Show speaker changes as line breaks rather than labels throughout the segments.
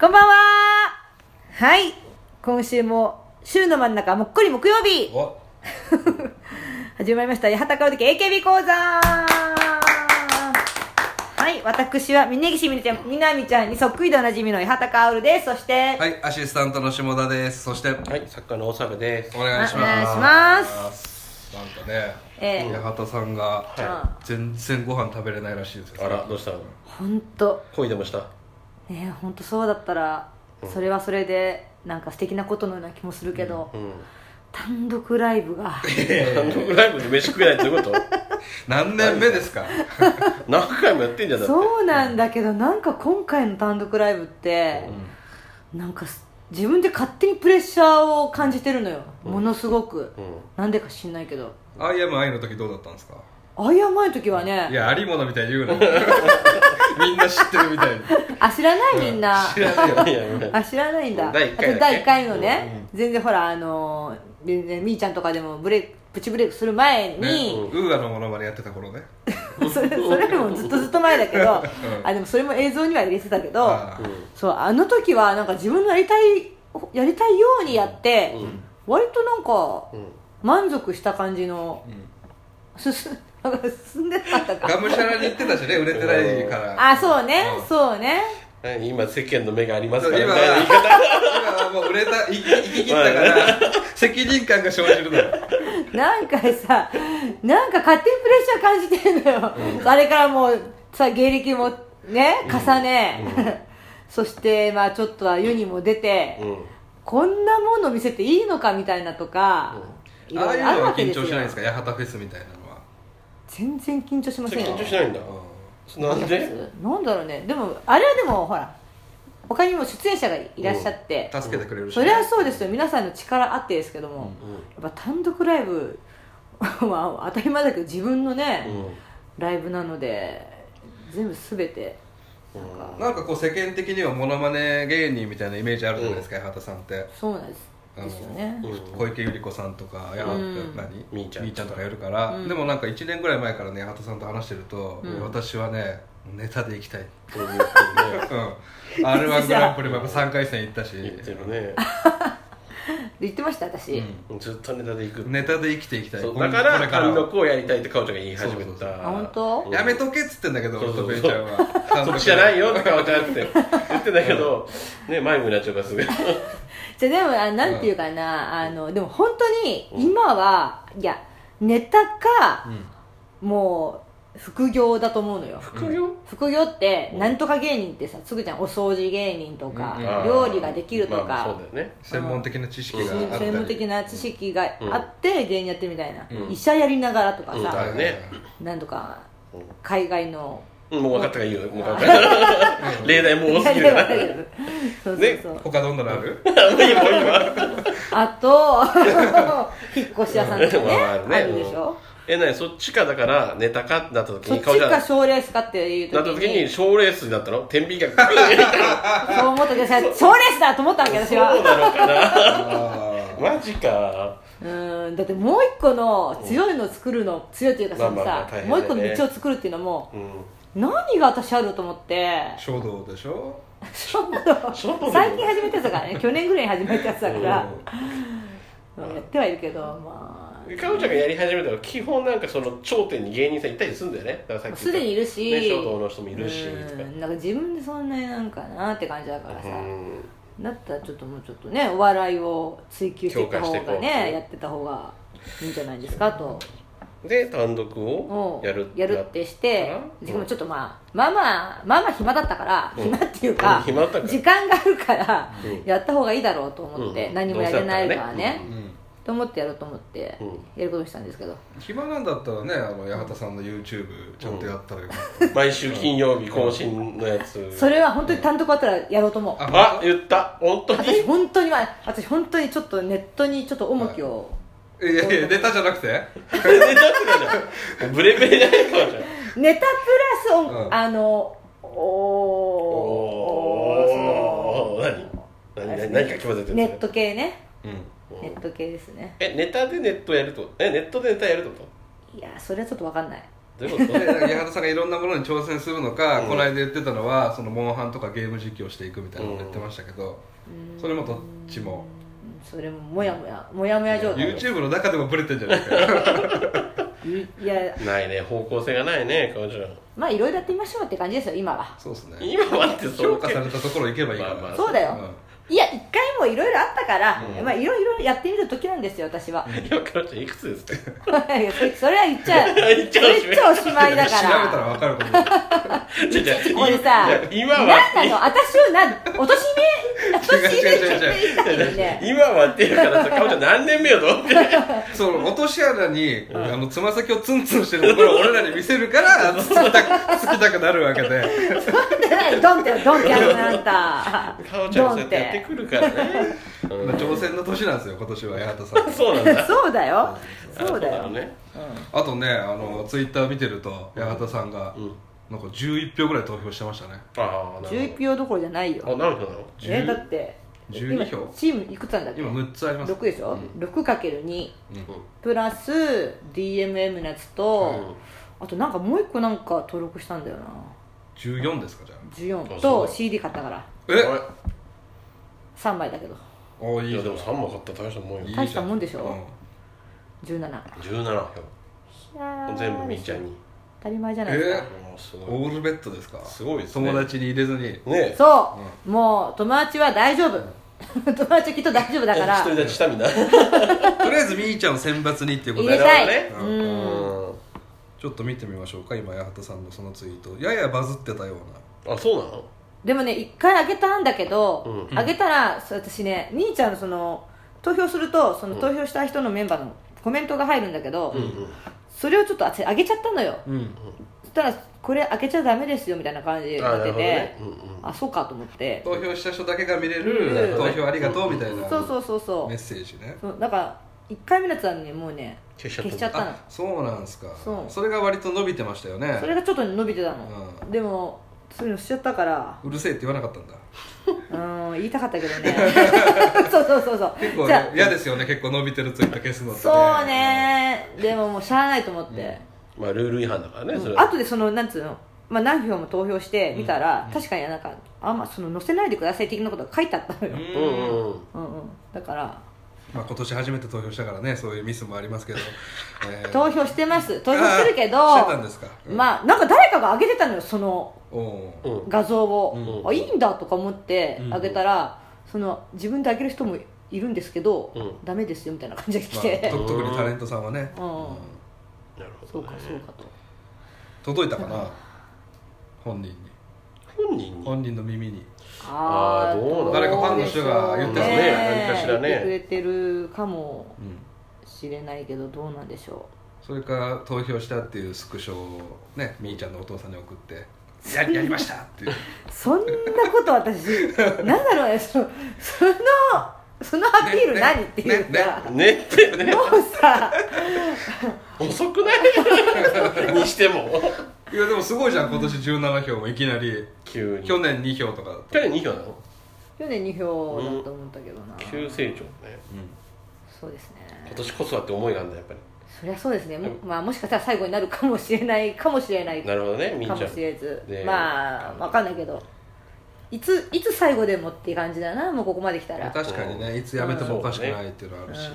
こんばんははい今週も週の真ん中もっこり木曜日
お
始まりました八幡薫的 AKB 講座はい私は峯岸みなちゃんみなみちゃんにそっくりでおなじみの八幡薫ですそして、
はいアシスタントの下田ですそして
はい、作家の大阪です。
お願いします
お願いします
なんかね、
ええ
八幡さんが
は
全然ご飯食べれないらしいですよ
あら、どうしたの
本当
恋でもした
ね本当そうだったらそれはそれでなんか素敵なことのような気もするけど、
うん。
単独ライブが
単独ライブで飯食えないってこと
何年目ですか
何回もやってんじゃん、だって。
そうなんだけどなんか今回の単独ライブって、なんかす自分で勝手にプレッシャーを感じてるのよ、ものすごく、
うん
なんでか知んないけど
IMI の時どうだったんですか
あいや前の時はいね
やありものみたい に言うなみんな知ってるみたいに
あ知ら ないみんな、
知らないよ
いやいやいや
あ知らないんだ
第一回だっけ
あ第一回のね、全然ほらあのー全然みーちゃんとかでもブレイクプチブレイクする前に、
ね、ウーアのものまでやってた頃ね
それそれよりもずっとずっと前だけど、
ん
あでもそれも映像には入れてたけど
ああ
そうあの時はなんか自分のやりたいやりたいようにやって、割となんか
うん。
満足した感じの、進んなんか進んでなかった
が
か
むしゃらに言ってたしね売れてないから
あそうね、
うん
そうね
うん。今、世間の目がありますから、み
今
たいな言い
今はもう売れた生き生き切ったから責任感が生じるのよ
なんかさなんか勝手にプレッシャー感じてんのよ、あれからもうさ芸歴もね重ね、 そしてまあちょっとは世にも出て、
方。うん。
こんなもの見せていいのかみたいなとか、い
あ
ろ
あ
い
いう
ろある
の
わ
は
け
緊
ですよ
張しないんですか八幡フェスみたいなのは
全然緊張しま
そ
せん
れ
よ
緊張しないんだ。なんで
なんだろうねでもあれはでもほら他にも出演者がいらっしゃって、
助けてくれるし
それはそうですよ皆さんの力あってですけども、やっぱ単独ライブ は当たり前だけど自分のね、ライブなので全部全てなんか、
なんかこう世間的にはモノマネ芸人みたいなイメージあるじゃないですか八幡さんって
そうなんです
あの
ですよね
小池百合子さんとかやは
うん
何
みーちゃん
とかやるからでもなんか1年ぐらい前からね八幡さんと話してると私はねネタで行きたい
こう言ってるね。
うん r 1グランプリもやっぱ3回戦行ったし
言ってるね。
で言ってました私、
うん
ずっとネタでいく。
ネタで生きていきたい
そう
こ
だ
れ
か
こ
ら、
れから
単
は
独をやりたいってかおちゃんが言い始
そうそ
め
うそう
た。
あ本当
やめとけっつってんだけど
そうそうそう
俺とベイちゃんは
そっちじゃないよってかおちゃんって言ってたけど、ね、迷子になっちゃうからすぐ。
じゃあでもあなんていうかな、あのでも本当に今は、いやネタか、もう副業だと思うのよ
副業
副業ってなんとか芸人ってさすぐじゃんお掃除芸人とか、
うん
料理ができるとか、
まあそうだよね。
専門的な知識があったり
専門的な知識があって芸人やってるみたいな、
うん
医者やりながらとか
うん
さ
だ、ね
なんとか
うん
海外の
うんもう分かったからいいよ。もう分かった。例題もう多すぎるから。もういいよ、
そうそうそう、
他どんなのある
もういいわ。
あと 引っ越し屋さんとかね,、
まあ
あ
まあね
るでしょ、
え、なに、そっちかだから、ネタかってなった時
そっ
に、
ち
顔じゃ
か
な
賞レースかっていう
った時に、賞レースになったの天秤が。
そう思ったけどさ、賞レースだと思ったわけ、私
そう
は。
なのかな
あ
マジか。
うーん、だってもう一個の強いのを作るの、強いというかその
まあまあまあ
さ
大変、だ
も
ね
う一個の道を作るっていうのも
う、ん。
何が私あると思 って、
ー書道でしょ
ちょっと
書道
最近始めたやつだから ね、去年ぐらいに始めたやつだから、うんやってはいるけど、ま
かおちゃんがやり始めたら、基本なんかその頂点に芸人さんいたりするんだよね。だからさっ
あ、
き
すでにい
る
るし、
ね、書道の人もいるし、とか
う。んなんか自分でそんなになんかなって感じだからさ
う、ん。
だったらちょっともうちょっとね、お笑いを追求していった方
強化してい
が
こう
ね、やってた方がいいんじゃないですかと。
で、単独を
を
やる。
やるってして
うん
しかもちょっとまあまあまあまあまあ暇だったから、
うん
暇っていうか
暇だったから
時間があるから、
うん
やった方がいいだろうと思って、
うん
何もやれないから
どうせだったら
ね
ね
うん
と思ってやろうと思って、
うん
やることにしたんですけど
暇なんだったらねあの八幡さんの YouTube ちゃんとやったらよかった
毎週金曜日更新のやつ。
それは本当に単独あったらやろうと思う、
あ、言った。本当に
私本当にまあ私本当にちょっとネットにちょっと重きを、
いやいやネタじゃなくて
ネタ作るじゃん。ブレブレじゃないかもしれない。
ネタプラス音、
うん
あのおおー
おお。何
その
何何何か決まってる
ネット系ね
うん
ネット系ですね
え、ネタでネットやるとえ、ネットでネタやるってこ
い
と
やそれはちょっと分かんない
どういうこと
でなんか八幡さんがいろんなものに挑戦するのか、この間言ってたのはそのモンハンとかゲーム実況していくみたいなこと言ってましたけ
う
ど、
ん
それもどっち
う
も
んそれももやもやもやもや状態
YouTube の中でもブレてんじゃないです か
いや
ないね方向性がないね彼女
まあいろいろやってみましょうって感じですよ今は
そうですね
今はってそ
評
う
価
か
されたところ行けばいいから、
まあまあ
そうだよ、いや一回もいろいろあったから、
うん
まあいろいろやってみる時なんですよ私は、
今彼女いくつですか
い やそれそれは言っちゃう
言っちゃ
そ
お
れ
し
言
ま
っ
い
ちゃおしまいだか
調べた
ら
ら分かる ことだ
じゃじゃ
これさ
今
何
は
なの私をなおとしめおとしめ
違う違う違う違
ち
う
ゃっていたいんで
今はっていうからさ彼女何年目よと思って
その落とし穴に、あのつま先をツンツンしてるところを俺らに見せる からつきたくつきたくなるわけで
なんでないドンってドンってやるのあんた
彼女
ド
はそ
ン
うや
っ
ってやって
て
くるからね
まあ挑戦の年なんですよ今年は八幡さん
そうなんだ
そうだよそうだ
あな
よ
のね
あとねあの、ツイッター見てると八幡さんが、
うん
なんか11票ぐらい投票してましたね
ああなる
11票どころじゃない
ほどあ
よ
なるほどなるほ
10
えだって今
12票
チームいくつなんだっけ
今6つあります
6でしょ、6×2
うん
プラス DMM のやつと、
ど
あとなんかもう一個なんか登録したんだよな
14ですかじゃあ
14
あそ
と
う
CD 買ったから
え
え
3枚だけど
おい
い
い
や
じ
で
ゃん
も3枚買ったら大したもん
いい
よ
じゃ
大したもんでしょ
う
17
17票全部みーちゃん
に
に
当たり前じゃないですか、
もうす
ん
ごい
オールベッドですか
すごいですね
友達に入れずに
ね
そう、もう友達は大丈夫 友達はきっと大丈夫だか
一
ら
人立ちしたみんな
とりあえずみーちゃんを選抜にっていうこと
入
で
れたい、
なる
ほど
う
うんん
ちょっと見てみましょうか今八幡さんのそのツイートややバズってたような
あそうなの
でもね一回あげたんだけど、
う
あげたらそう私ね兄ちゃんのその投票するとその投票した人のメンバーのコメントが入るんだけど、
うんうん
それをちょっとああげちゃったのよ、
うん
そしたらこれ開けちゃダメですよみたいな感じに
あ
なっ
な
て
るほ
て
どねうん
あそうかと思って
投票した人だけが見れ
う
る
ん
投票ありがとうみたいな
そうそうそうそ
メッ
う
セージね
そうだから1回目のやつはねもうね
消しちゃった
消しちゃったの
あそうなんすか
そう
れが割と伸びてましたよね
それがちょっと伸びてたの、
う
でもそういうのしちゃったから
うるせえって言わなかったんだ
うん言いたかったけ どねそうそうそうそう
結構
じゃ
嫌ですよね結構伸びてるツイート消すの
あ
って
そうねでももうしゃあないと思って、
うんまあルール違反だからねそれ
あとでそのなんつうのまあ、何票も投票して見たら、確かになんかあんまその載せないでください的なことが書いてあったの
う
よ、
うん
ん
うんう
う
ん
んうん、だから
まあ今年初めて投票したからねそういうミスもありますけどえー
投票してます投票してるけど
あーしてたんですかあ
まあなんか誰かが上げてたのよその
おお
うん
画像を、
うん
あいいんだとか思って
うん
上げたら、その自分で上げる人もいるんですけど、
うん
ダメですよみたいな感じで来
ま
て
あ、と特にタレントさんはね
うん
うん
なるほど
そうかそうかと
届いたかな本人に
本人に
本人の耳に
あーどうなの
誰かファンの人が言ってたね
何かしらね
言ってくれてるかも
うん
しれないけどどうなんでしょ
それか投票したっていうスクショをねみーちゃんのお父さんに送って「ややりました!」 っていう
うそんなこと私 なんだろうねそそのそのアピール何、
ね
っ
ね
ていうか、
ね
ねってね
もうさ
遅くない にしても
いやでもすごいじゃん今年17票もいきなり
急に
去
去
年2票とかだった
年2票なの
去年2票だと思ったけどな、
急成長ね
そうですね
今年こそはって思いがあるんだやっぱり
そりゃそうですねも,、まあ、もしかしたら最後になるかもしれない かもしれない
なるほどねみ
か
ーち
も
ゃん
しれず
ね
まあわかんないけどいついつ最後でもっていう感じだなもうここまで来た
まあ
ら
確かにねいつ辞めてもおかしくないっていうのはあるし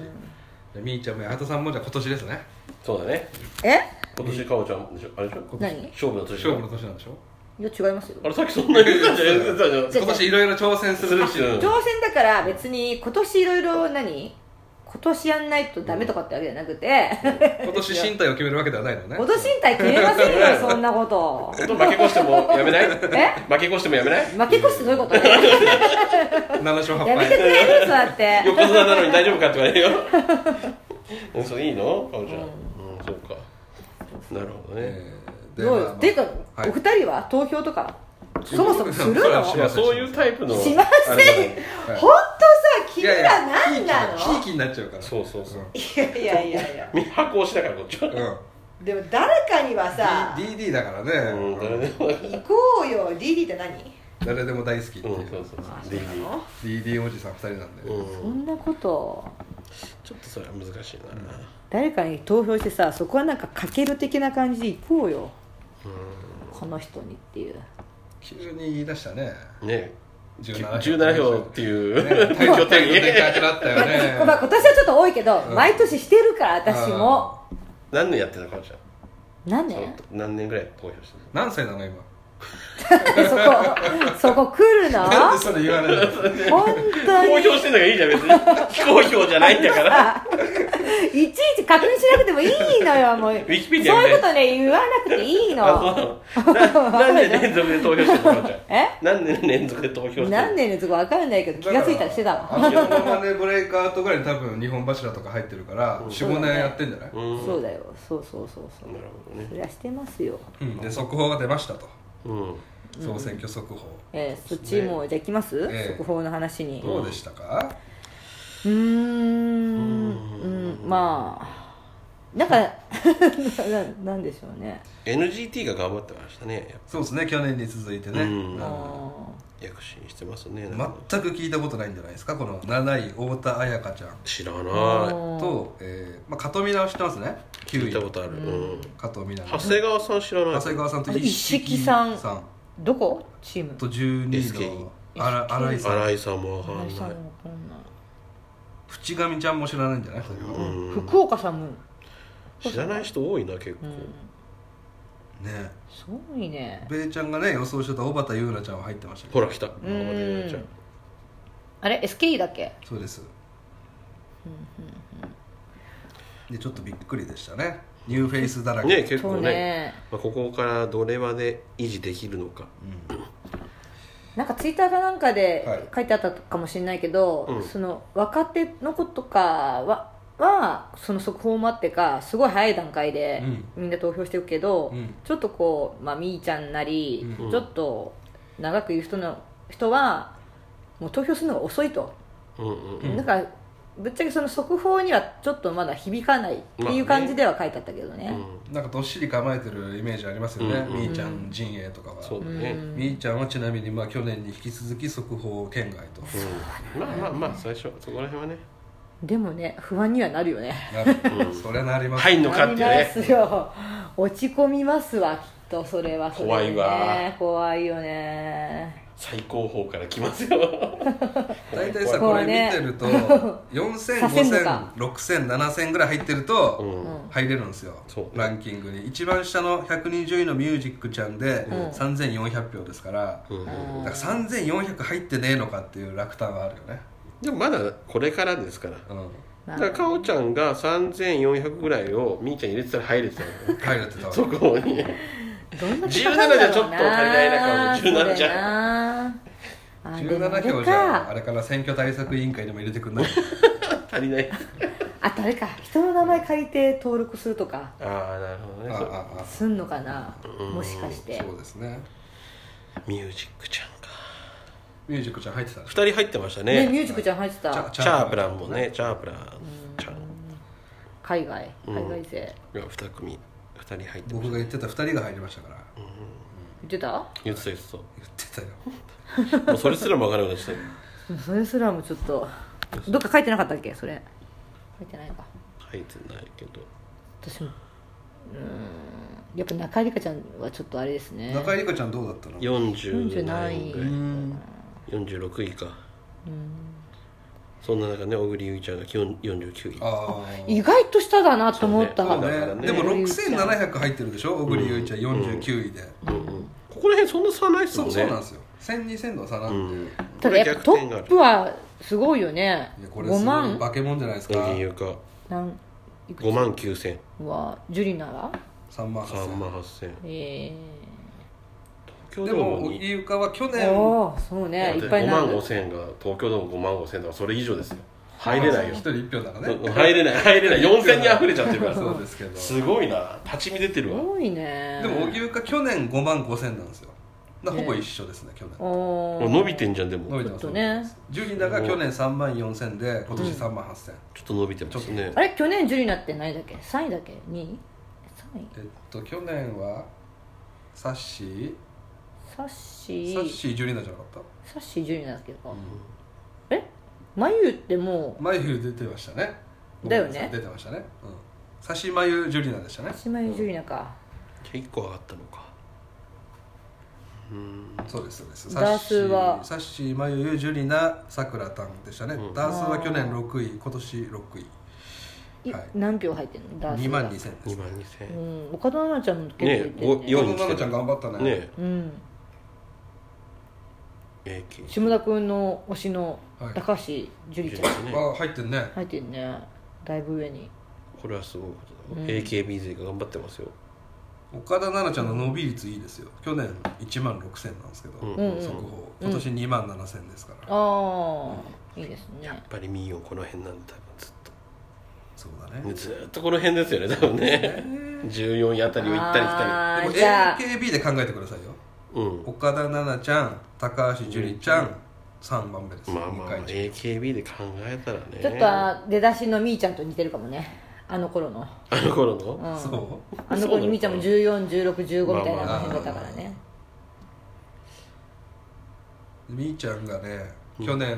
でみーちゃんも八幡さんもじゃあ今年ですね
そうだね
え
今年かおちゃんでしょあれでしょ
何い
勝負の年でしょ
勝負の年なんでしょ
や違いますよ
あれさっきそんな言ってたじゃん言ってたじゃん
じゃ
今年いろいろ挑戦するし
するし
挑戦だから別に今年いろいろ何今年やんないとダメとかってわけじゃなくて、
今年進退を決めるわけではないのね
今年身体決めませんよそんなこと
本当負け越してもやめない
え
負け越してもやめない
負け越してどういうことや
7勝8
めてく
敗
れるそうやって
横綱なのに大丈夫かって言われるようん そういいのかおちゃんうんそうかなるほどね
えーで
どう
まあ
よ
まあ
ていうか、
はい
お 二人は投票とかそもそもするの
それはし
本
いやそういうタイプの
しません
あれじゃない
当
はい
さ君ら何なの
ひいきひいきになっちゃうから
そうそうそう
いやいやいやいや
みんな箱押しだからこっちは
うんうん
でも誰かにはさ
D- DD だからね
うん誰でも
行こうよ DD って何
誰でも大好きっていう
うんそうそうそう
あそうな
DD
の
DD おじさん2人なんで
う
そ
ん
んなこと
ちょっとそれは難しいな、
誰かに投票してさそこはなんかかける的な感じで行こうよこの人にっていう
急に言い出した ね
ね
17
17票っていう
ね大挙的にでかくなっ たよね
まあ、今年はちょっと多いけど、毎年してるから私も
何年やってたかもしれ
何
ない
年
何年ぐらい投票して
何歳なの今
えそこそこ来るの
なんでそれ言われるの
本
た
当
公
に
表してんだからいいじゃん別に非公表じゃないんだから
さ いちいち確認しなくてもいいのよもう
ウィキペディア
そう
みたい
いうことね言わなくていいの
あそうなの何年連続で投票してたのかおちゃん
え
何年連続で投票して
何年のとこ分かんないけど気がついたらしてた
あ
わ
のまねブレイクアウトぐらいに多分日本柱とか入ってるから
そうだね
45年やってんじゃない、
うん
そうだよそうそうそうそう
なるほどね
そりゃしてますよ
うん、で速報が出ましたと
うん
総選挙速報、
えー、そっちもじゃあ行きます、
ええ
速報の話に
どうでしたか、
うーんうんまあなんかななんでしょうね
NGT が頑張ってましたね
そうですね去年に続いてね、
うん
あ
うん
躍進してますねなんか
全く聞いたことないんじゃないですかこの7位太田彩香ちゃん
知らない
ー
と、えーまあ、加藤美奈を知ってますね9
聞いたこ
位
とあるうん
加藤美奈
長谷川さん知らない
長谷川さんと
あと
一
一
色
色さん
さん
どこチーム
と12位の
SK
あら新井さん
新井さんもわかん
あ
な
れ
い
さんもわかんない
淵上ちゃんも知らないんじゃない
うん
福岡さんも
知らない人多いな結構
ね
すごいね
べーちゃんがね予想してた小畑優奈ちゃんは入ってましたけど
ほら来た小
ん
畑優菜ちゃん
あれ SKE だっけ
そうですでちょっとびっくりでしたねニューフェイスだらけ、
ね結
そ
構
う
ね
ね
まあここからどれまで維持できるのか
なんかツイッターかなんか
は
で
い
書いてあったかもしれないけど、
うん
その若手の子とかははその速報もあってかすごい早い段階でみんな投票してるけど、
うん
ちょっとこう、まあ、みーちゃんなり、
うん
ちょっと長くいる人の人はもう投票するのが遅いと、
うんうん
ん
だからぶっちゃけその速報にはちょっとまだ響かないっていう感じでは書いてあったけどね,、
うん
なんかどっしり構えてるイメージありますよね、
うん
みーちゃん陣営とかは、
そうだね
みーちゃんはちなみにまあ去年に引き続き速報圏外と
うんまあまあまあ最初そこら辺はね
でもね不安にはなるよね
なる、それはなります、
入んのかっていう
なり
ね
ますよ落ち込みますわきっとそれはそれでね
怖いわ
怖いよね
最高峰から来ますよ
大体さ
こ
こ
う
れ
ね
見てると
させんのか
4000500060007000ぐらい入ってる
う
と
ん
入れるんですよ、
そう
ランキングに一番下の120位のミュージックちゃんで
うん
3400票ですから、
うんうん
だから3400入ってねえのかっていう落胆はあるよね、
でもまだこれからですから
うん、
ま
だ
あ
からかおちゃんが3400ぐらいをみーちゃん入れてたら入れてたの よ
入れてたわ
そこに
どんだけか
17
かるんだろう
じゃちょっと足りないな
それな
17じ
あでもあ
17
れ
票じゃあ
か
れから選挙対策委員会でも入れてくんない
足りない
あとあれか人の名前借りて登録するとか
ああなるほどね
ああ
そう
ああ
すんのかなもしかして
そうですね
ミュージックちゃんか
ミュージックちゃん入ってたね
2人入ってました
ね
ね
ミュージックちゃん入って
チ
た
ャ
チャープランもねチャープランちゃん
海外
うん
海外勢
が2組2人入ってまし
僕
た
が言ってた2人が入りましたから、
言ってた
言ってた言ってた
言ってたよ
もうそれすらも分からなくなっちゃっ
それすらもちょっとどっか書いてなかったっけそれ書いてないか
た入ってないけど
私もうーんやっぱ中井梨花ちゃんはちょっとあれですね
中井理香ちゃんどうだったの
40何
47
位ぐ
う
らい
ん
46位かそんな中ね小栗ゆいちゃんが49位
ああ
意外と下だなと思った、
そうねだから
ね、
ね
でも6700入ってるでしょ小栗優衣ちゃん49位で、
うんうんここら辺そんな差ないっす
そ
もん
う
ね
そうなんですよ10002000の差なんで、
うん
い
ただやっぱト
これ逆転があ
ッ
る
プはすごいよね
やこれす
5
ごい
万
化け物じゃないですか
小木優香
なんいく
5万9000
つはジュリナが
3万
3
8000
万8000
ええ
東京
で
ドー
も
ム
小
に
木優香は去
ー、
年
おおそうねいっぱい
5
な
万
る
5000が東京ドーム5万5000だからそれ以上ですよ入れないよ
1人1票だからね
入れない入れない4000に溢れちゃってるから
そうですけど
すごいな立ち見出てる
す
わ
ごいね
でも小木優香去年5万5000なんですよだからほぼ一緒ですね去年
お
もう
ー
伸びてんじゃんでも
伸びて
ちょ
ちょ
ます
っとね
ジュリナが去年3万4000で今年3万8000、
っと伸びてますね
あれ去年ジュリナって何位だっけ3位だっけ2位3位
えっと去年はサッシー
サッシ
サッ
ー
シージュリナじゃなかった
サッシージュリナだっけか、
ん
え眉ってもう
眉出てましたね
だよね
出てましたねうん差し眉ジュリナでしたね
足眉ジュリナか
結構上がったのかうん
そうですそうです
ダースは
サッシーマユジュリナさくらたんでしたね、
うん
ダースは去年6位今年6位
い
はい
何票入ってんのダース
2
が
万2000です
2万2000円
うん岡田奈々ちゃんも結構入ってん
ね
ね
え四
今の奈々ちゃん頑張ったね
ね
うん
え AK
下田君の推しの
はい
高橋樹里ちゃん
ね
あ入ってんね
入ってんねだいぶ上に
これはすごいことだ、
うん
AKB 勢が頑張ってますよ
岡田奈々ちゃんの伸び率いいですよ去年1万6000なんですけど、
うん
うんうん
速報今年2万7000ですから、
ああいいですね
やっぱりミーヨンこの辺なんだ多分ずっ
そうだね
と、ね、ずーっとこの辺ですよね多分ね14位あたりを行ったり来た
あー
で
じゃあ
も AKB で考えてくださいよ
りうん
岡田奈々ちゃん高橋樹里ちゃん、三3番目です、
まあまあ、まあ、
二階
AKB で考えたらね
ちょっとあ出だしのみーちゃんと似てるかもねあの頃の、
あの頃
う
の
ん、
級そう
あの頃にみーちゃんも141615みたいなの
ま
あまあ
辺だったからね
みーちゃんがね去年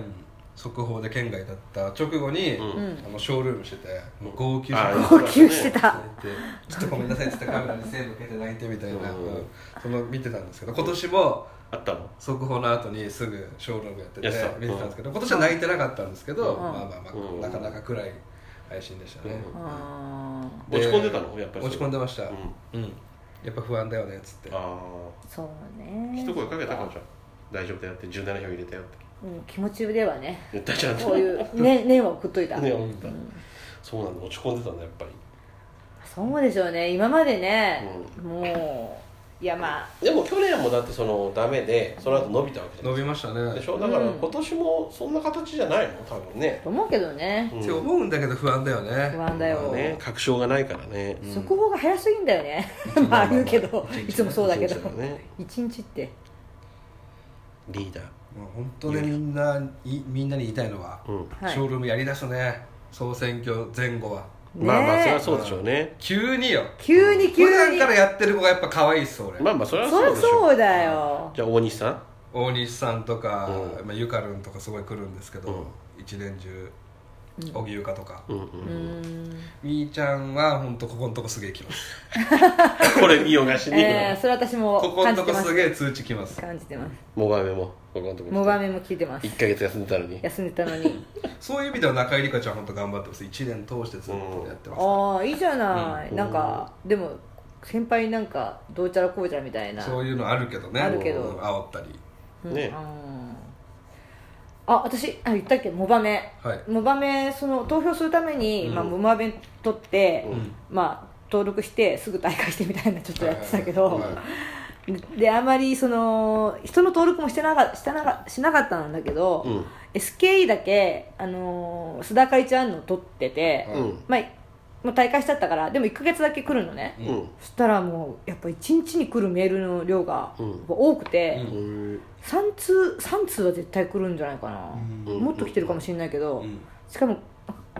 速報で県外だった直後に、
うん
うん
あのショールームしててもう号泣して
あー
号泣してた
てちょっとごめんなさいっつってカメラに背向けて泣いてみたいな、
うん
うんその見てたんですけど今年も
あったの
速報の後にすぐショールームやってて
やってた
見てたんですけど今年は泣いてなかったんですけど、
うん
まあまあまあ、
うん
なかなか暗い配信でしたね、
うん
ああ
落ち込んでたのやっぱり
落ち込ん
で
でました、
う
うん
ん
やっぱ不安だよねっつって
あ
そう
あ
ね
一声かけたかもじゃん大丈夫だよって17票入れたよって
うん、気持ちではね
言ったじゃん
こう いうね念は送っといた、
ね思った
うん
そうなんだ落ち込んでたんだやっぱり
そうでしょうね今までね、もういやまあ
でも去年もだってそのダメでその後伸びたわけじゃ
伸
な
び
い
ましたね
でしょだから
うん
今年もそんな形じゃないの多分ね、
と思うけどね
う
って思うんだけど不安だよね
不安だよ
ね確証がないからね、うん
速報が早すぎんだよね まあ言うけどいつもそうだけど
一日だね
一日って
リーダー
もう本当ねみんないみんなに言いたいのは、
うん
はい
ショールームやりだすね総選挙前後は
まあまあそれは
ね
そうでしょうね、
急によ
急に
普
急
段
に
からやってる子がやっぱ可愛いっす俺、
まあまあそれは
そりゃ
そうでしょう
そうだよ
じゃあ大西さん
大西さんとか、
うん
まあ、ゆかるんとかすごい来るんですけど、一年中荻生かとか、
うんうん
うーん
みーちゃんは本当ここのとこすげえ来ます
これ見よがしに
えー、それ私も
ここ
感
の
じ
と
て
こ
ますす
げえ通知来ます
感じてます
モバメもここのとこ
モバメも聞いてます
1ヶ月休んでたのに
休んでたのに
そういう意味では中井梨花ちゃん本当頑張ってます一年通してずっとやってます、
ああいいじゃない、
うん
なんかでも先輩なんかどうちゃらこうちゃらみたいな
そういうのあるけどね
あるけど
うん煽ったり
うん
ね
うんあ私あ言ったっけモバメ
はい、
モバメその投票するために、
うん
まあ、モバメ取って、
うん
まあ登録してすぐ大会してみたいなちょっとやってたけど、
はいはい
であまりその人の登録もしてなかしたなかしなかったんだけど、
うん
SKE だけ、あのー須田会ちゃんの取ってて、
はい
うん
まあ、もう大会しちゃったからでも1か月だけ来るのね、
うん
うん
そしたらもうやっぱ1日に来るメールの量が
うん
多くて、
うん
うん
3通3通は絶対来るんじゃないかな、
うん
もっと来てるかもしれないけど、
うん
しかも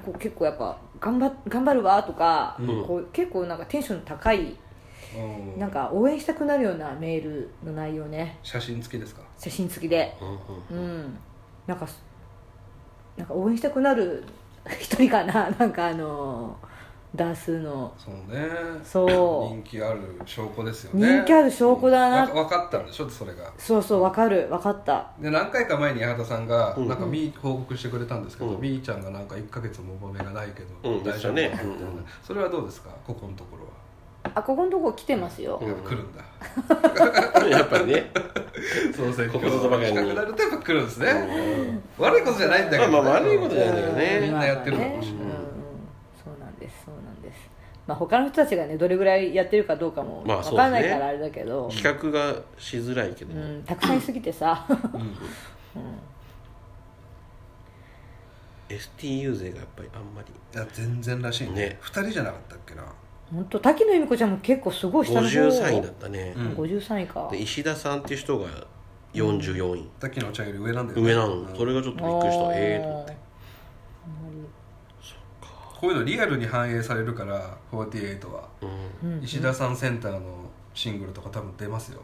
こう結構やっぱ頑張頑張るわとか、
ん
こう結構なんかテンション高い
うん
なんか応援したくなるようなメールの内容ね
写真付きですか
写真付きで
うん
うんなんかなんか応援したくなる 一人かななんかあのダンスの
そうね
そう
人気ある証拠ですよね
人気ある証拠だな、
わ分かったんでしょそれが
そうそうわかるわかった
で何回か前に八幡さんが
うん
なんかみー報告してくれたんですけど、
うん
みーちゃんがなんか1か月もおめがないけど、
うん
大丈夫
で
み
した
いな、
たねうんうん
それはどうですかここのところは、
あここのとこ来てますよ、
ん
やっぱ来るんだ
うん やっぱりね
そうそう
ここぞとばかりに
近くなるとやっぱ来るんですね、悪いことじゃないんだけど、ね、
まあまあ悪いことじゃないんだけどね
みんなやってるのかもしれ
うんう
ない
んうんそうなんですそうなんですまあ他の人たちがねどれぐらいやってるかどうかも
まあ
わ
そ
か
うだ
らな
ね
いからあれだけど、
企画がしづらいけど
う
ね
ん、たくさんいすぎてさ
STU 勢がやっぱりあんまり
いや全然らしいね
ね
2人じゃなかったっけな
本当滝野由美子ちゃんも結構すごい下の方
53位だったね
うん
53位か
で石田さんっていう人が44位
滝野ちゃんより上なんだよ、ね、
上なのそれがちょっとびっくりしたええと思って
こういうのリアルに反映されるから48は、
うん
石田さんセンターのシングルとか多分出ますよ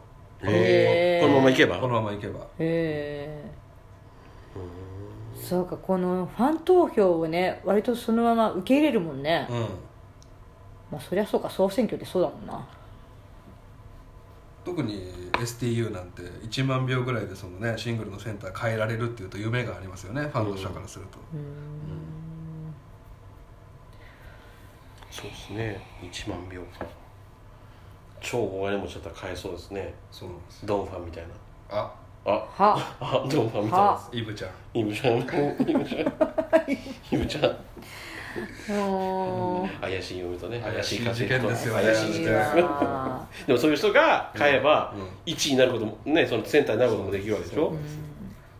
へー
ええこのままいけ
この
ば
ままいけば
へえそうかこのファン投票をね割とそのまま受け入れるもんね、
うん
まあそりゃそうか総選挙ってそうだもんな
特に STU なんて1万秒ぐらいでそのねシングルのセンター変えられるっていうと夢がありますよねファンの人からすると、
そうですね1万秒か超大金持ちだったら買えそうですね
そうなんですよ
ドンファンみたいな
あ
あ
は
あドンファンみたいな
イブちゃん
イブちゃ んイブちゃんイブちゃん
うーん
怪しい嫁とね
怪しい
家庭と
事件ですよね
怪し
い
い事件
い
で
な
す
あ
でもそういう人が買えば
うんうん
1位になることもねそのセンターになることもできるわけでしょ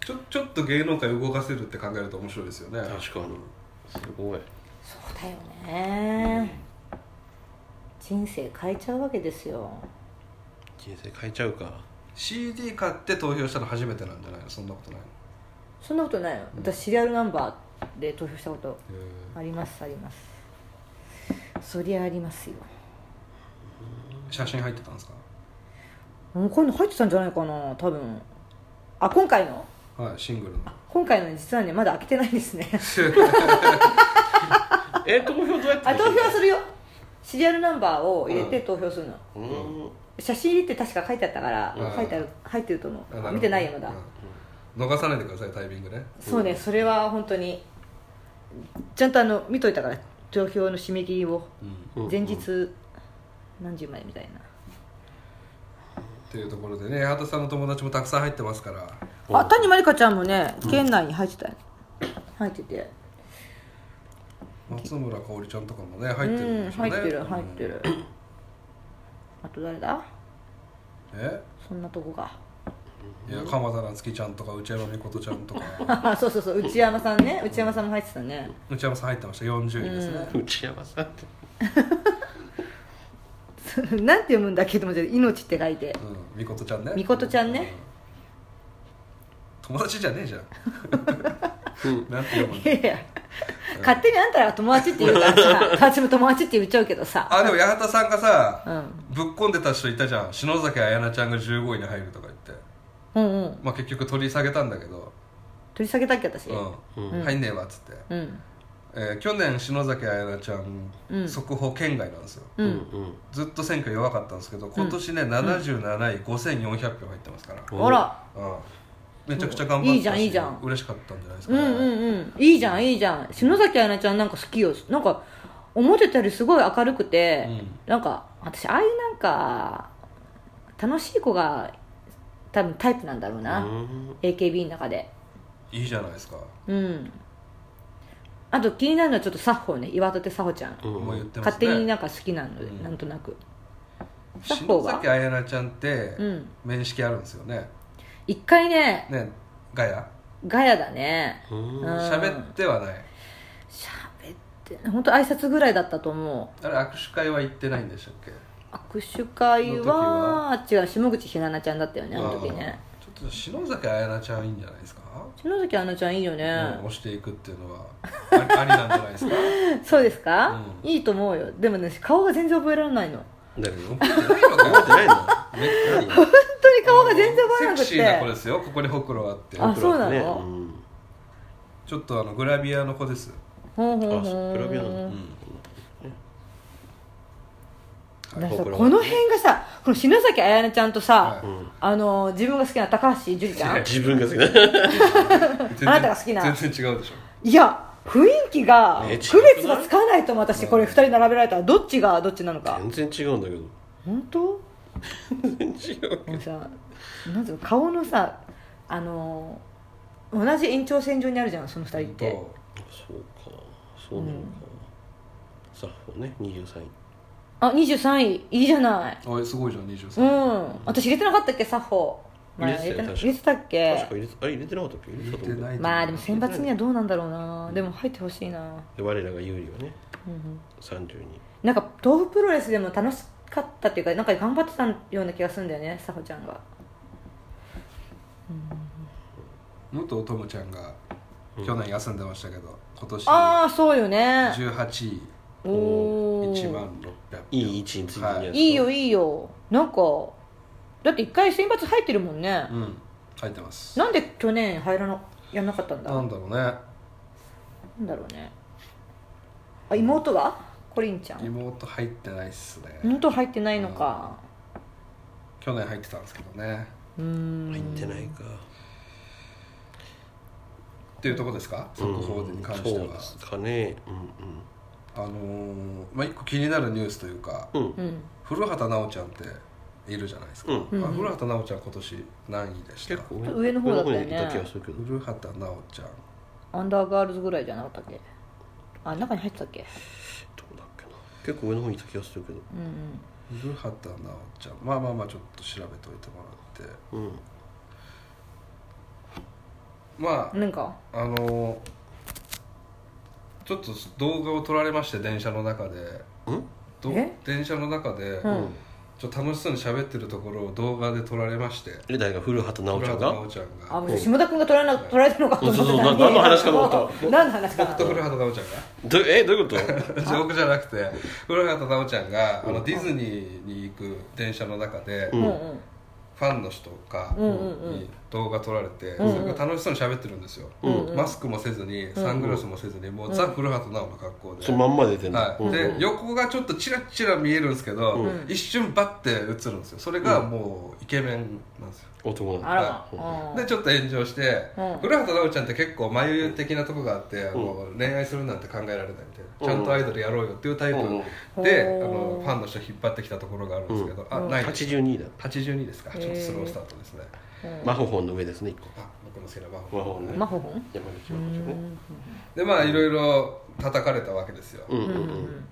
ちょちょっと芸能界動かせるって考えると面白いですよね
確かにすごい
そうだよね人生変えちゃうわけですよ
人生変えちゃうか
CD 買って投票したの初めてなんじゃないのそんなことないの
そんなことないよ私シリアルナンバーで投票したこと
へ
ありますありますそりゃありますよ
ー写真入ってたんです
もうこういうの入ってたんじゃないかな多分あ今回の
かはいシングルの
今回のね実はねまだ開けてないんですね
え投票どうやって
あ投票するよシリアルナンバーを入れて投票するの、
うーん
写真入りって確か書いてあったから、
うん
書いてある入ってると思
あるほ
う
ど
見てないよまだ、
うん逃さないでくださいタイミングね
そうねそれは本当にちゃんとあの見といたから投票の締め切りを
うん
前日何時までみたいな、
っていうところでね八幡さんの友達もたくさん入ってますから
あ谷まりかちゃんもね県内に入ってたよ、入ってて
松村香織ちゃんとかもね入ってるん
うん
でしょう
入
ね
ってる入って る、あと誰だ
うんえ
そんなとこか
いや鎌田夏希ちゃんとか内山美琴ちゃんと か
そうそうそう内山さんね内山さんも入ってたね
内山さん入ってました40位ですね、
内山さんって
なんて読むんだっけと思って「命」って書いて
うん美琴ちゃんね
みことちゃんね
友達じゃねえじゃんなんて読むん
い
だ
やいや勝手にあんたらが友達って言うからさ私も友達って言っちゃうけどさ
あでも八幡さんがさ、
うん
ぶっこんでた人いたじゃん篠崎彩菜ちゃんが15位に入るとか言って
うんうん
まあ結局取り下げたんだけど、
取り下げたっけ私
うん入んねえわっつって、
うん
えー去年篠崎彩菜ちゃん、速報圏外なんですよ
う
うんん
ずっと選挙弱かったんですけど今年ね、77位5400票入ってますから、
あら
うんめちゃくちゃ頑張ったし
いいじゃんいいじゃん
嬉しかったんじゃないですか
う
ね、
んうんうんいいじゃんいいじゃん篠崎彩菜ちゃんなんか好きよなんか思ってたよりすごい明るくて、
うん
なんか私ああいうなんか楽しい子が多分タイプなんだろうな、
うん
AKB の中で
いいじゃないですか、
うんあと気になるのはちょっとサッホね岩立サホちゃん、
うん
もう言ってます
勝
ね
手になんか好きなので、
うん
なんとなくサッホ
篠
は
崎彩菜ちゃんって、
うん
面識あるんですよね
一回ね
ねガヤ
ガヤだね
うん
うん
喋ってはない
喋って本当挨拶ぐらいだったと思う
あれ握手会は行ってないんでしたっけ
握手会
の時
は
は
違う下口ひななちゃんだったよねあの時ね
あーちょっと篠崎彩菜ちゃんいいんじゃないですか、
篠崎あのちゃんいいよね、
うん押していくっていうのはあり ありなんじゃないですか
そうですか、
うん
いいと思うよでもね顔が全然覚えられないの
だけど
思ってないわ け
覚えてないの
めっちゃいい
本当に顔が全然覚え
セ
な
ク
く
シーな子
て
ですよここにほくろあって
あそうなの
ねうん
ちょっとあのグラビアの子です
ほんほん
あ
ほ
そ
ん
うグラビアなの
だから
ほ
さ
くろ
この辺がさこの篠崎彩音ちゃんとさ、
はい
あの自分が好きな高橋樹里ちゃん
自分が好きな
全
あなたが好きな
全然違うでしょ
いや雰囲気が
え違う
区別がつかないと思う私これ2人並べられたらどっちがどっちなのか
全然違うんだけど
本当
全然違う
もうさなんつうの顔のさあの同じ延長線上にあるじゃんその2人って
ほ
そうかそうなのかサッフォね23位
あ23位いいじゃない
んとおいすごいじゃん23
う、ん私入れてなかったっけサッホ前
入れてたよ
な入れてたっけ
確か入れてあれ入れてなかったっけ入れてたと思
入れてな
う
い
まあでも選抜にはどうなんだろうなでも入ってほしいな
で我らが有利はね
うんうん
32
なんか豆腐プロレスでも楽しかったっていうかなんか頑張ってたような気がするんだよねさほちゃんが
元ともちゃんが去年休んでましたけど今年
ああそうよね
18位
おお
1万600
いい位置についてるんじゃない
はい
いいよいいよなんかだって一回選抜入ってるもんね、
うん入ってます
なんで去年入らなやんなかったんだ
な
なん
だろうね
んだろうねあ妹がコリンちゃん
妹入ってないっすね
妹入ってないのか
去年入ってたんですけどね
うーん
入ってない
っ
か
ていうとこですか速報でに関して
うんそう
は
ですかね
あのーまあ一個気になるニュースというか
うんうん
うん
古畑奈央ちゃんっているじゃないですか、
う
う
ん
ん
あ古畑奈央ちゃん今年何位でした
結構ね
上の方だったよね
上の方にいた気がするけど
古畑奈央ちゃん
アンダーガールズぐらいじゃなかったっけあ中に入ってたっけ
どうだっけな結構上の方にいた気がするけど
うんうん
古畑奈央ちゃんまあまあまあちょっと調べといてもらって
うん
まあ、
なんか
あのーちょっと動画を撮られまして電車の中で
うん
ど
え
電車の中で、
うん
ちょっと楽しそうに喋ってるところを動画で撮られまして
え誰が古畑
古
直ちゃん
畑
が
奈央ちゃん
あ
が
もう下田君が取らな取られてるのかと思っ
そうそう
て
な何の話かと思っ た
何の話か
僕
な
と古畑奈央ちゃんが
どえどういうこと
じゃあ僕じゃなくて古畑奈央ちゃんがあのディズニーに行く電車の中で、
う
うん
ん
うん
ファンの人か
うんうんうん
に動画撮られて、
うんうん
それが楽しそうに喋ってるんですよ、
うんうん
マスクもせずにサングラスもせずに、もうザ・古畑奈央の格好で、
そのまんま出てんの、
はい
うん
で、
うん
横がちょっとチラチラ見えるんですけど、
うん
一瞬バッて映るんですよそれがもうイケメンなんですよ、
男
あ
な
らま
でちょっと炎上して、
うん
古畑奈央ちゃんって結構眉的なとこがあって、あの恋愛するなんて考えられないみたいな、ちゃんとアイドルやろうよっていうタイプで、
うん
あのファンの人引っ張ってきたところがあるんですけど、あない
の
です
82だ
82ですか
へー
ちょっとスロースタートですね
うん
マホホンの上ですね一個
あ僕の好きな番
マホホンね
マホホン
山口
う
マホ
ん
ホンね
でまあいろいろ叩かれたわけですよ、
うん
う
うんん
う
うん
うんん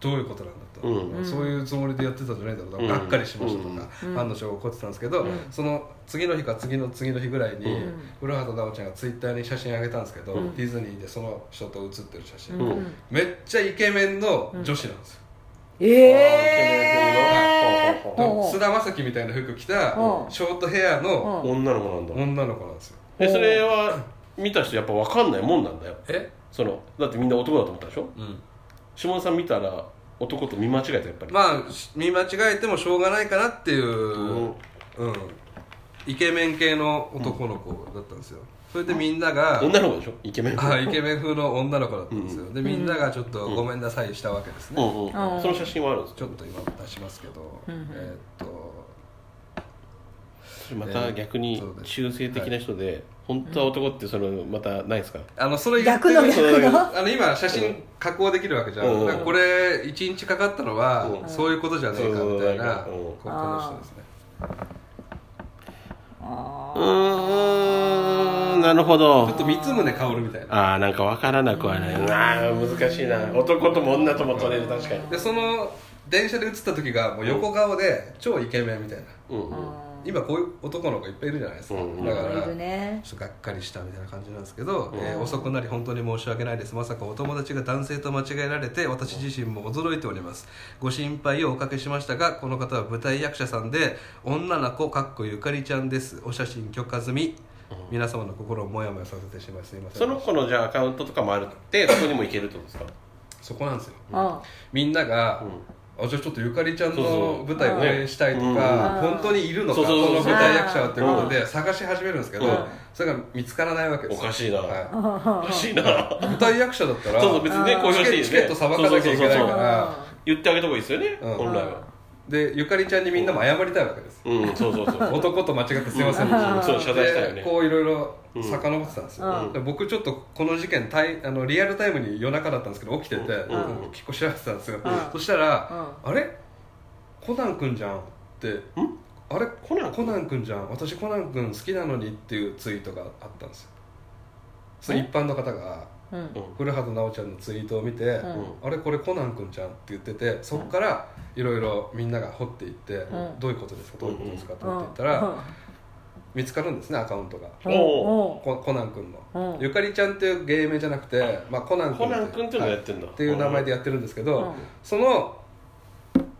どういうことなんだと、
うん
そういうつもりでやってたんじゃないだろうと、
うん
がっかりしましたとか、
うん
ファンの人が怒ってたんですけど、
うん
その次の日か次の次の日ぐらいに、
うん
古畑奈央ちゃんがツイッターに写真あげたんですけど、
うん
ディズニーでその人と写ってる写真、
うんうん
うん
めっちゃイケメンの女子なんですよ、
ええ
で
うん
も
ほうほう
菅田将暉みたいな服着た
うん
ショートヘアの
うん
女の子なんだ、
女の子なんですよ、
えそれは見た人やっぱ分かんないもんなんだよ
え
そのだってみんな男だと思ったでしょ
うん
下田さん見たら男と見間違えたやっぱり、
まあし見間違えてもしょうがないかなっていう、
うん
うんイケメン系の男の子だったんですよそれでみんなが、
女の子でしょイケメン
あイケメン風の女の子だったんですよ、でみんながちょっとごめんなさいしたわけです
う
ね、
んうん、
うん
その写真はあるんです
ちょっと今出しますけど、
うんうん
えーっと
それまた逆に
そうです
中性的な人で、本当は男ってそのまたないですか、
あのそれ言って
逆の
る
逆の
あの今写真加工できるわけじゃん、
うん
だからこれ1日かかったのは、
うん
そういうことじゃないかみたいな、
うん
ここの人ですね
う
あ
ーんなるほど
ちょっと三宗薫みたいな
ああなんか分からなくはないなあー難しいな男とも女とも取れる確かに
でその電車で映った時がもう横顔で超イケメンみたいな
うん
ー
うん
あ
今こういう男の子いっぱいいるじゃないですか、
うん
だから
いるね
ちょっとがっかりしたみたいな感じなんですけど、えー遅くなり本当に申し訳ないですまさかお友達が男性と間違えられて私自身も驚いておりますご心配をおかけしましたがこの方は舞台役者さんで女の子かっこゆかりちゃんですお写真許可済み皆様の心をモヤモヤさせてしまいすいません
その子のじゃあアカウントとかもあるってそこにもいけるってことですか
そこなんですよ
あ
みんなが、あじゃあちょっとゆかりちゃんの舞台を応援したいとか、
うん
本当にいるのか、
そうそうそう
この舞台役者はっていうことで探し始めるんですけど、
うん
それが見つからないわけで
お
す
かしいな
は
おかしいなそ
い、舞台役者だったら
うそう別にね公表していいよね
チケットさばかなきゃいけないか
そうそうそうそう
ら
あ
言ってあげた方がいいですよね
うん
本来は
でゆかりちゃんにみんなも謝りたいわけです
うんそうそうそう
男と間違ってすいませんでした
うんそう謝罪したよね
でこういろいろ遡ってたんですよ、
うん
で僕ちょっとこの事件たいあのリアルタイムに夜中だったんですけど起きてて、
うん
結構調べてたんですよ、
うん
そしたら、あれコナンくんじゃんってあれ
コナン
コナンくんじゃん私コナンくん好きなのにっていうツイートがあったんですよその一般の方が
ーうん
古畑奈央ちゃんのツイートを見て、
ん
あれこれコナンくんじゃんって言っててそこからいろいろみんなが掘っていって、
ん
どういうことですかどういうことですかって
う
言
ん
っていったら、見つかるんですねアカウントが
うん
お
ココナンくんの、
うん
ゆかりちゃんっていう芸名じゃなくて、まあ、コナンくん
コナン君っていうのをや
は
っ
い
てんだ
っていう名前でやってるんですけど、
うん
その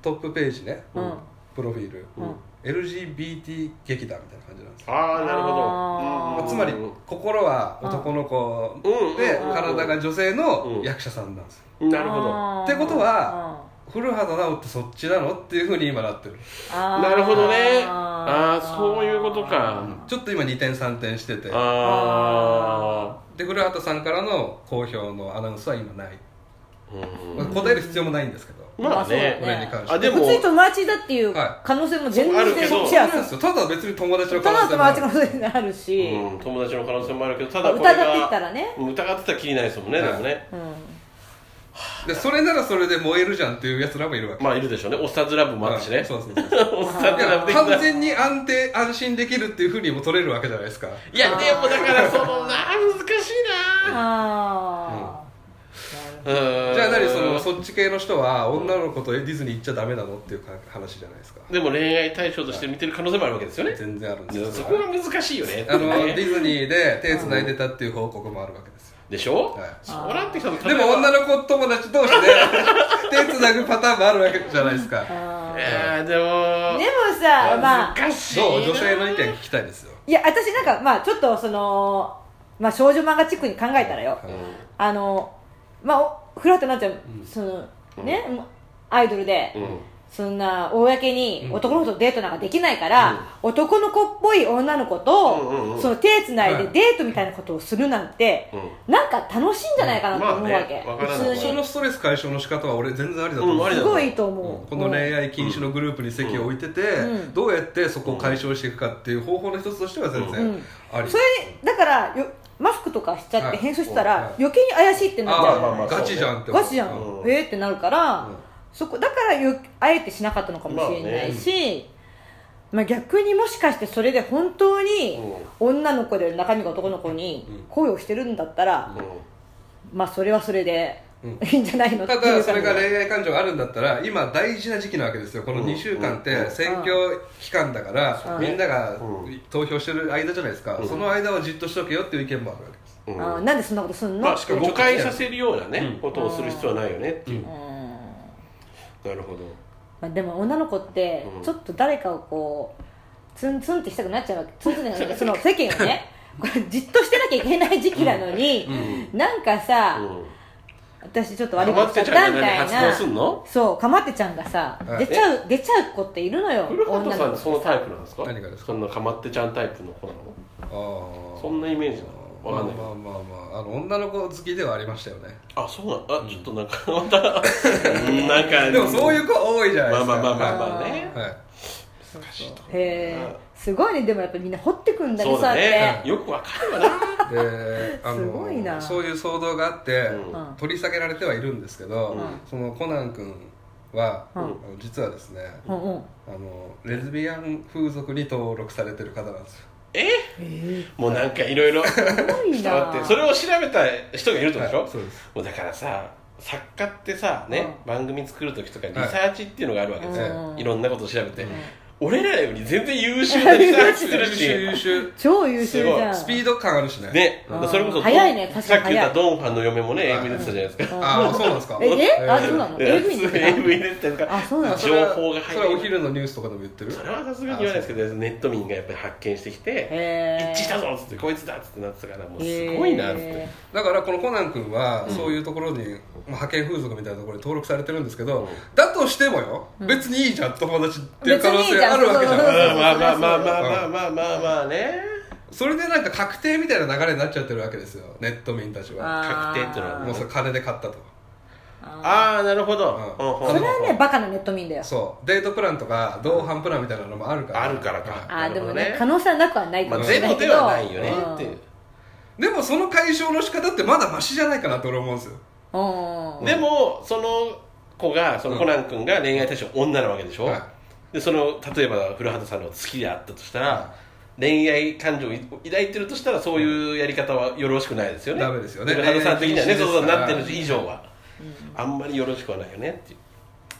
トップページね、
うんうん
プロフィール、
うん
LGBT 劇団みたいな感じなんですよ
ああなるほ
あー
ど
まあつまり
うん
心は男の子
うん
で
うん
体が女性の
うん
役者さんなんですよ
なるほど
ってことは
うん
古畑直ってそっちなのっていうふうに今なってる
あー
なるほどねああそういうことか
ちょっと今2点3点してて
あ
で古畑さんからの好評のアナウンスは今ない、
あうん
まあ答える必要もないんですけど
まあね
まあそうだねこれに関
して
あで
でも
も
普通に友達だっていう
はい
可能性も全然
あるけど
そっちや
そうなんですよただ別に友達の
た
可
だ
能性も
友
あ
達
る
の可能性もあるし、
うん友達の可能性もあるけどた
まあ
だこれが
疑ってったらね
うん疑ってたらきりないですもんね
はい
でもね
うん
でそれならそれで燃えるじゃんっていうやつらもいるわけ
まあいるでしょうねおっさんずラブもあるし
は
ね
いそうそうそう
おっさん
い
ずラブ
や
的な
完全に安定安心できるっていうふうにも取れるわけじゃないですか
いやでもだからそのな難しいな
ああ、
うん
じゃあ何そのそっち系の人は女の子とディズニー行っちゃダメなのっていうか話じゃないですか
でも恋愛対象として見てる可能性もあるわけですよね
全然あるんですよ
そこが難しいよね
あのディズニーで手繋いでたっていう報告もあるわけですよ
でしょ
はい
そうなってきたら
でも女の子友達同士 で手繋ぐパターンもあるわけじゃないですか
あ
えーで
ー
も
でもさまあ
難しいな
どう女性の意見聞きたいですよ
いや私なんかまあちょっとそのまあ少女漫画チックに考えたらよあのまあお古畑なっちゃん、そのね、もうアイドルで、
うん
そんな公に男の子とデートなんかできないから、男の子っぽい女の子と、
うんうんうん
その手つないで
はい
デートみたいなことをするなんて、
う
なんか楽しいんじゃないかなと思うわけ、
まあねわからない
普通
そ
に
のストレス解消の仕方は俺全然ありだと思う、
うんあり
す
だと思
ご
う
いいいと思う、
この恋愛禁止のグループに席を置いてて、
うん
どうやってそこを解消していくかっていう方法の一つとしては全
う
然
ん
あり、
それだからよマスクとかしちゃっ
は
て
い
変装した
はい
ら余計に怪しいってなっちゃうじ
あ
ゃ
あ、
ない
まあまあ
ガチじゃんって思う
ガチじゃん、
うん
えーってなるから、
うん
そこだからよあえてしなかったのかもしれないし、まあ逆にもしかしてそれで本当に女の子で中身が男の子に恋をしてるんだったら、まあそれはそれで
うん
いいんじゃないのって
た
い
だ
う
そ
感
れ
じ
が恋愛感情があるんだったら今大事な時期なわけですよこの2週間っ
うんう
て
ん
選挙期間だから
うん
みんなが
うん
投票してる間じゃないですか
うん
その間はじっとしとけよっていう意見もあるわけです
うん
あーなんでそんなことすんの、
まあ
って
かも
誤解させるようなねことをする必要はないよねっていう
うん
なるほど
まあ、でも女の子って
うん
ちょっと誰かをこうツンツンってしたくなっちゃうわけツンツンってなるその世間を ねこれじっとしてなきゃいけない時期なのに、なんかさ、私ちょっと悪いことしちゃったみたい
発動
な
すんの
そうかまってちゃんがさ
はい
出ちゃう出ちゃう子っているのよ
古畑さんってそのタイプなんですか
何がですか
そんなかまってちゃんタイプの子なの
ああ
そんなイメージなのわ
まあ
かん
ま
ないけど
あまあまああの女の子好きではありましたよ ね
あそうなのあちょっとなんかまたうん なんか
でもそういう子多いじゃないで
ますあ
か
まあまあまあまあね
はいはい
へえすごいねでもやっぱみんな掘ってくんだね
そうだ
そうやっ
ね
て
よくわかるわな
であ
すごいな
のそういう騒動があって、
うん
取り下げられてはいるんですけど、
うん
そのコナン君は、
うん
あの実はですね、
うんうん
あのレズビアン風俗に登録されてる方なんですよ
え
もうなんか いろいろ
ー、すごい
伝わって
な
それを調べた人がいるってことでしょ、
はいそうです
もうだからさ作家ってさね、番組作る時とかリサ
はい
ーチっていうのがあるわけですよ、
うん
い、ろんなことを調べて、俺らより全然優秀なリサーチしてる
優
し
秀優秀
超優秀じゃん
スピード感あるしね
ね、
うん
それこそ
早いね確か
さ
に
っき言っ
早
た
い
ドンファンの嫁もね
はい
AV 出てたじゃないですか、
ああそうなんですか
ええ
え
あそうなの AV に出て た
AV 出てたりとか
あそうなの
それは
情報が入る
それはお昼のニュースとかでも言ってる
それはさすがに言わないですけどネット民がやっぱり発見してきて
へえ
一致したぞっつってこいつだっつってなってたからもうすごいなっつって、
へ
だからこのコナン君はそういうところに、まあ派遣風俗みたいなところに登録されてるんですけど、だとしてもよ別にいいじゃん友達っていう可能性あるわけじゃ
別にいいじゃんそうそう
ない
そう
まあまあまあまあまあまあまあまあね
それでなんか確定みたいな流れになっちゃってるわけですよネット民たちは
あー
確定ってのは
もうそれ金で買ったと
ああなるほど、
うん
うん
それはねバカなネット民だよ
そうデートプランとか同伴プランみたいなのもあるから
あるからか
あ
な
あ
る
で
ほ
も
ど
ね可能性はなくはない
まあ、
もし
ゼ
れない
ロ
け
で
ど
はないよね
うん
っていう、
でもその解消の仕方ってまだマシじゃないかなと俺思うんですよ
うん
でもその子がそのコナン君が恋愛対象女なわけでしょ、
はい
でその例えば古畑さんの好きであったとしたら、恋愛感情を抱いてるとしたらそういうやり方はよろしくないですよね
ダメですよね
古畑さん的にはね
恋愛禁止です
そうそう
から
なってる以上は、あんまりよろしくはないよねっていう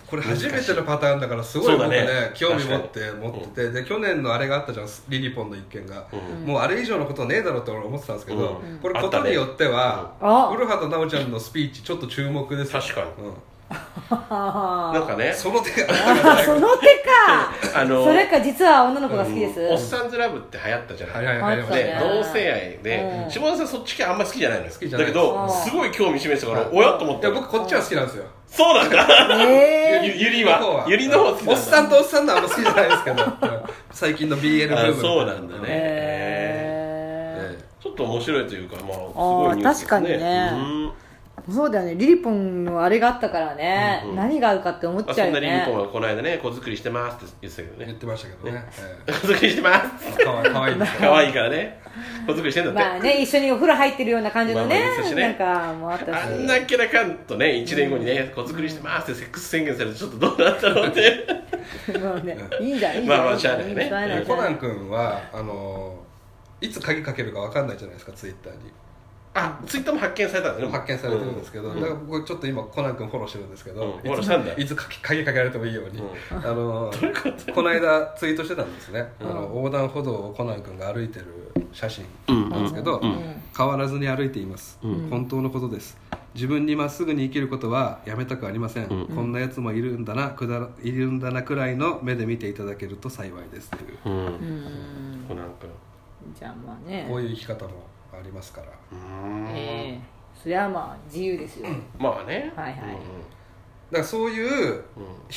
これ初めてのパターンだからすごい
そうだ
僕ね
ね
興味持って持ってて、で去年のあれがあったじゃんリリポンの一件が、
う
もうあれ以上のことねえだろうって俺思ってたんですけど、
うん
これ
あ
こ
った
と
ね
によっては
あ
古畑奈央ちゃんのスピーチちょっと注目ですよ
確かに
うん
な
なんかね
その手が
あその手か
あの
それか実は女の子が好きです、
うんおっさんずラブって流行ったじゃない
はいはいはい
そう
で
ね
同性愛
う
で
ん
下田さんそっち系あんま好きじゃないのよ
好きじゃな
だ
い
け
う
ど
ん
すごい興味示したから
はい
おやと思っ
い
た
や僕こっちは好きなんですよ
そうなんだ
え
ゆ
ー、
ゆりはゆりの方好き
おっさ
ん
んとおっさんのあんま好きじゃないですけど うん最近の BL ブーム
そうなんだね
え
え
え
え
ーちょっと面白いというかまあすごいニュースで
あー確
すね
かにね
うん
ーそうだよねリリポンのあれがあったからね、
うんうん
何が合うかって思っ
まあ
ちゃう
そ
んよ
なリミコン
ね
はこの間ね子作りしてますって言ってたけど
言っ
ね
てましたけどねえ
子作りしてます
えかわいかわいいですよ
可愛いからね子作りしてんだって
まあね一緒にお風呂入ってるような感じのね,、
まあまあいいですしね
なんかもうあったし
あんなキャラカンとね1年後にね子作りしてますってセックス宣言されてちょっとどうなったろうって
まあねいいんじゃんいいんじゃん
まあまあしゃあないね
いいんじゃん
え
いいんじゃ
コ
ん
ナン君はあのいつ鍵かけるかわかんないじゃないですかツイッターに
あツイッターも発見されたんですね
発見されてるんですけど、だから僕ちょっと今コナン君フォローしてるんですけど、
うん
いつ
フォローしたんだ
いつかけ鍵かけられてもいいように、
うん
あのーこの間ツイートしてたんですね、あの横断歩道をコナン君が歩いてる写真なんですけど、変わらずに歩いています、本当のことです自分にまっすぐに生きることはやめたくありません、こんなやつもいるんだなくだらいるんだなくらいの目で見ていただけると幸いですっていう、
う
うんん
コナン君
じゃあまあね
こういう生き方もありますから、
う
え
ん
えそれはまあ自由ですよ
まあね
はいはい
だからそういう
うんうん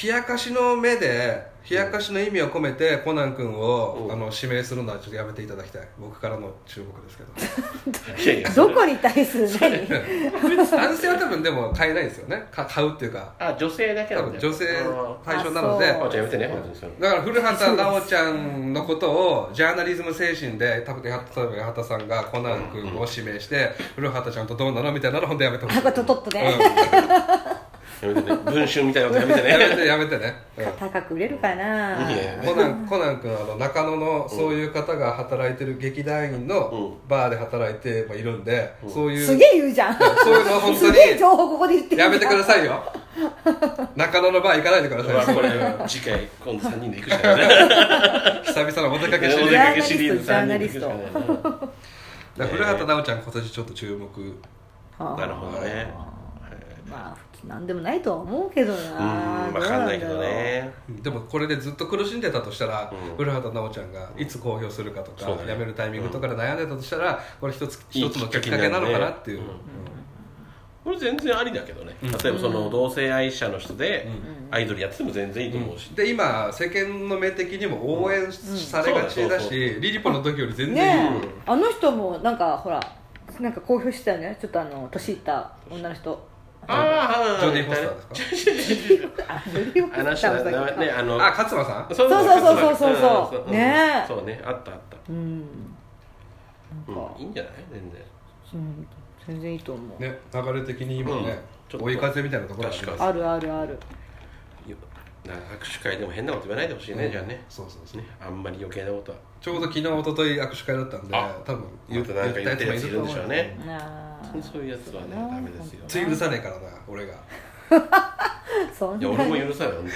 冷やかしの目で冷やかしの意味を込めてコナン君を、
うん
あの指名するのはちょっとやめていただきたい僕からの忠告ですけ ど
いやいや
どこに対する何
男性は多分でも買えないですよねか買うっていうか
あ女性だけ
多
なんだ
分
よ
女性
あ
対象なので
あ
ーあじゃあやめてね本当にそれ
だから古畑奈緒ちゃんのことをジャーナリズム精神で多分例えば八幡さんがコナン君を指名して、古畑ちゃんとどうなのみたいなの本当やめてほし
あ
い
これとっとっとね、
やめてね文春みたいなことやめて
うんやめ
ね
てやめてね、うん
高く売れるかない
いね
コナンコナン君あの中野のそういう方が働いてる劇団員のバーで働いてもいるんで、そういう
すげえ言うじゃん
そういうのは本当
すげえ
に
情報ここで言ってる
やめてくださいよ中野のバー行かないでくだ
まあ
さい
これ次回今度3人で行くしかないね
久々のお出かけし
お
に
出
だか
かけシリーズ3人で行くしかないね
ら古畑奈緒ちゃん今年ちょっと注目
はあ
なるほどね
まあなんでもないとは思うけど
う
な
ーん分かんないけどね
でもこれでずっと苦しんでたとしたら、
うん
古畑奈緒ちゃんがいつ公表するかとか、
そうだね
辞めるタイミングとかで悩んでたとしたら、これ一つ
いい
一つのきっかけなのかなっていう、
きっかけになるねこれ全然ありだけどね
うん
例えばその同性愛者の人で
うん
アイドルやってても全然いいと思うし
で今世間の目的にも応援されがちだし、
うんそうだそうそう
リリポの時より全然いいよ、
ねえあの人もなんかほらなんか公表してたよねちょっとあの年いった女の人
ああ
ジョディ・フォスターですか、
あよりよく
あの
言っ
人
たんだ
だねあの
あ勝間さん
そう
そうそうそうそうそうねえ
そうねあったあった
うんなんか
うんいいんじゃない全然
うん全然いいと思う、
ね流れ的に今ね、
うんちょっと
追い風みたいなところ
確かに
あるあるある
いやなんか握手会でも変なこと言わないでほしいね、
うん
じゃあね
そうそうそう
ねあんまり余計なことは
ちょうど昨日一昨日握手会だったんで
あ
多分
またなんか言ってるやついるんでしょうね
なあ
そういうやつはねダメですよ
つい許さねえからな俺が
そん
い
な
や俺も許さないよ、うん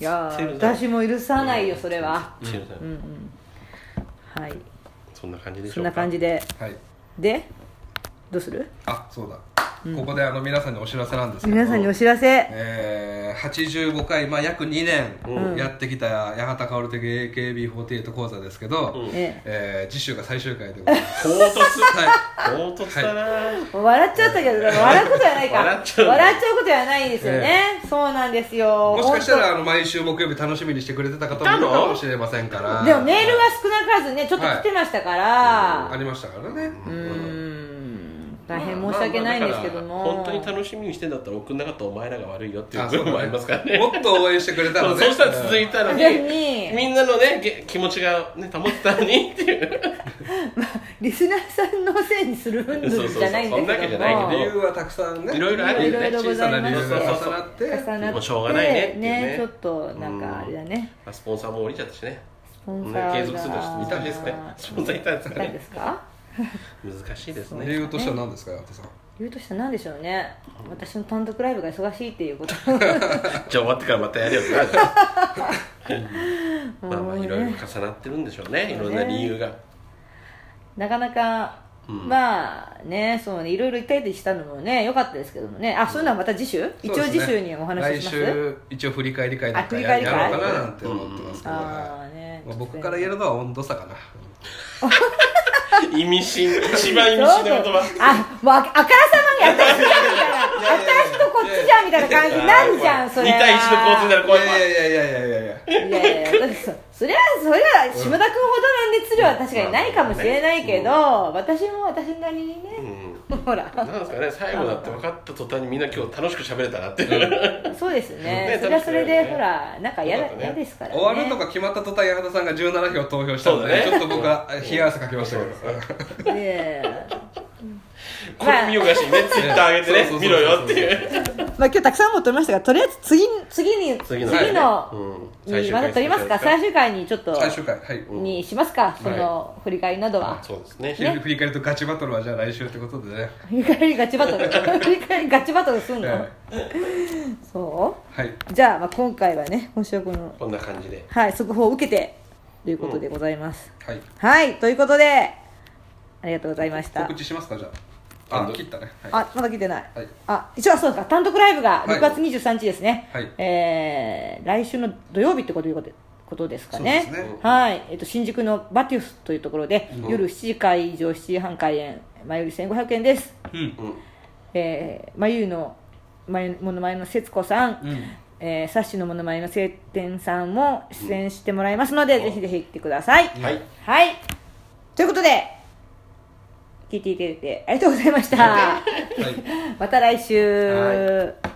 いや
許せるな
私も許さないよそれは
許さない
うんうんはい
そんな感じでしょうか
そんな感じで
はい
でどうする
あそうだ、ここであの皆さんにお知らせなんですけど
皆さんにお知らせ
えー85回、まあ、約2年やってきた八幡薫的 AKB48 講座ですけど、
うん
え
えー次週が最終回でございます
唐突
はい
唐突だな、
え笑っちゃったけど笑うことじゃないか
笑っちゃう
笑っちゃうことじゃないですよね、そうなんですよ
もしかした
本
らあの毎週木曜日楽しみにしてくれてた方もいる
いたの
かもしれませんから
当でもメールは少なからずねちょっと来てましたから、
ありましたからね、
うーん大変申し訳ないんですけども、
まあまあだから本当に楽しみにしてんだったら送んなかったお前らが悪いよっていう
あ
部
そう
分も
だ
ありますからね
もっと応援してくれたら
そ
ね
うそうしたら続いたのに
逆に
みんなのねげ気持ちが、ね、保ってたのにっていう
リスナーさんのせいにするん
そうそうそう
じゃないんですけども
そんなわけじゃないけ
理由はたくさんね
いろいろあるよね
いろいろご
小
ざ
さ
い
な
ま
理
す
由が重なって
重なって
もうしょうがないねっていうね
ちょっとなんかあれだね、
まあスポンサーも降りちゃったしね
スポンサーが、
ね継続するの人いたんですねスポンサーいたんですか
いたんで
ね
すか
難しいです
理
ね
由としては何ですか八幡さん
言うとしたら何でしょうね私の単独ライブが忙しいっていう こと
じゃあ終わってからまたやるよってなるじゃんまあま
も
あ
うね
いろいろ重なってるんでしょうねいろんな理由が
なかなか
うん
まあねそうねいろいろ行ったりしたのもね良かったですけどもねあそういうのはまた次週、一応
そう
次
ですね
週にお話しします
来週一応振り返り会なんか
あ振り
や
返り
や
会
ろうかななんて思ってますけど、はい
ああね
まあ、僕から言えるのは温度差かな
意味深一番意味深な言葉
あもうああからさまに 私じゃんみたいな私とこっちじゃんみたいな感じになるじゃんそれは
2対1の構図になる
い
怖い
やいやいやいやいやいや
いやいやだってそそりゃそりゃ島田君ほどの熱量は確かにないかもしれないけど、私も私なりに
う
ね、
ん
ほら
なんですかね最後だって分かった途端にみんな今日楽しく喋れたなっていう、
そうですね
ね
それはそれで、
楽しみだよね
ほらなんか嫌
よ
だ
かったね
嫌ですからね
終わるとか決まった途端矢田さんが17票投票したので、
そうだね
ちょっと僕は冷や汗かきましたけど
で
これ見よがしにねツイッター上げて
そうそうそうそう
ね見ろよっていう
まあ今日たくさんも撮りましたがとりあえず次次に
次の
次の
うん
にまた撮りますか最終回にちょっと
最終回はい、
にしますかその振り返りなどは
そうですね
振り振り返るとガチバトルはじゃあ来週ってことでね
振り返りガチバトル振り返りガチバトルすん
は
の
い
そ
はい、
うじゃあまあ今回はね今週はこの
こんな感じで
はい、速報を受けてということでございます。
はい、
はい、ということで、ありがとうございました
告。知しますかじゃああ切ったねはい
あ、まだ聞いてない。
はい
あ、一応そうか、単独ライブが
はい
6月23日ですね。
はい
えー来週の土曜日ってこということでことですかね。
そうですね
はい、えっと新宿のバティウスというところで、夜7時開場、7時半開演、前より1500円です。
うん
えー、眉の眉ものまねの節子さん、
うん
えーサッシのものまねの晴天さんも出演してもらいますので、ぜひぜひ行ってください、
はい
はいということで聞いていただいてありがとうございました、
はい
また来週、
は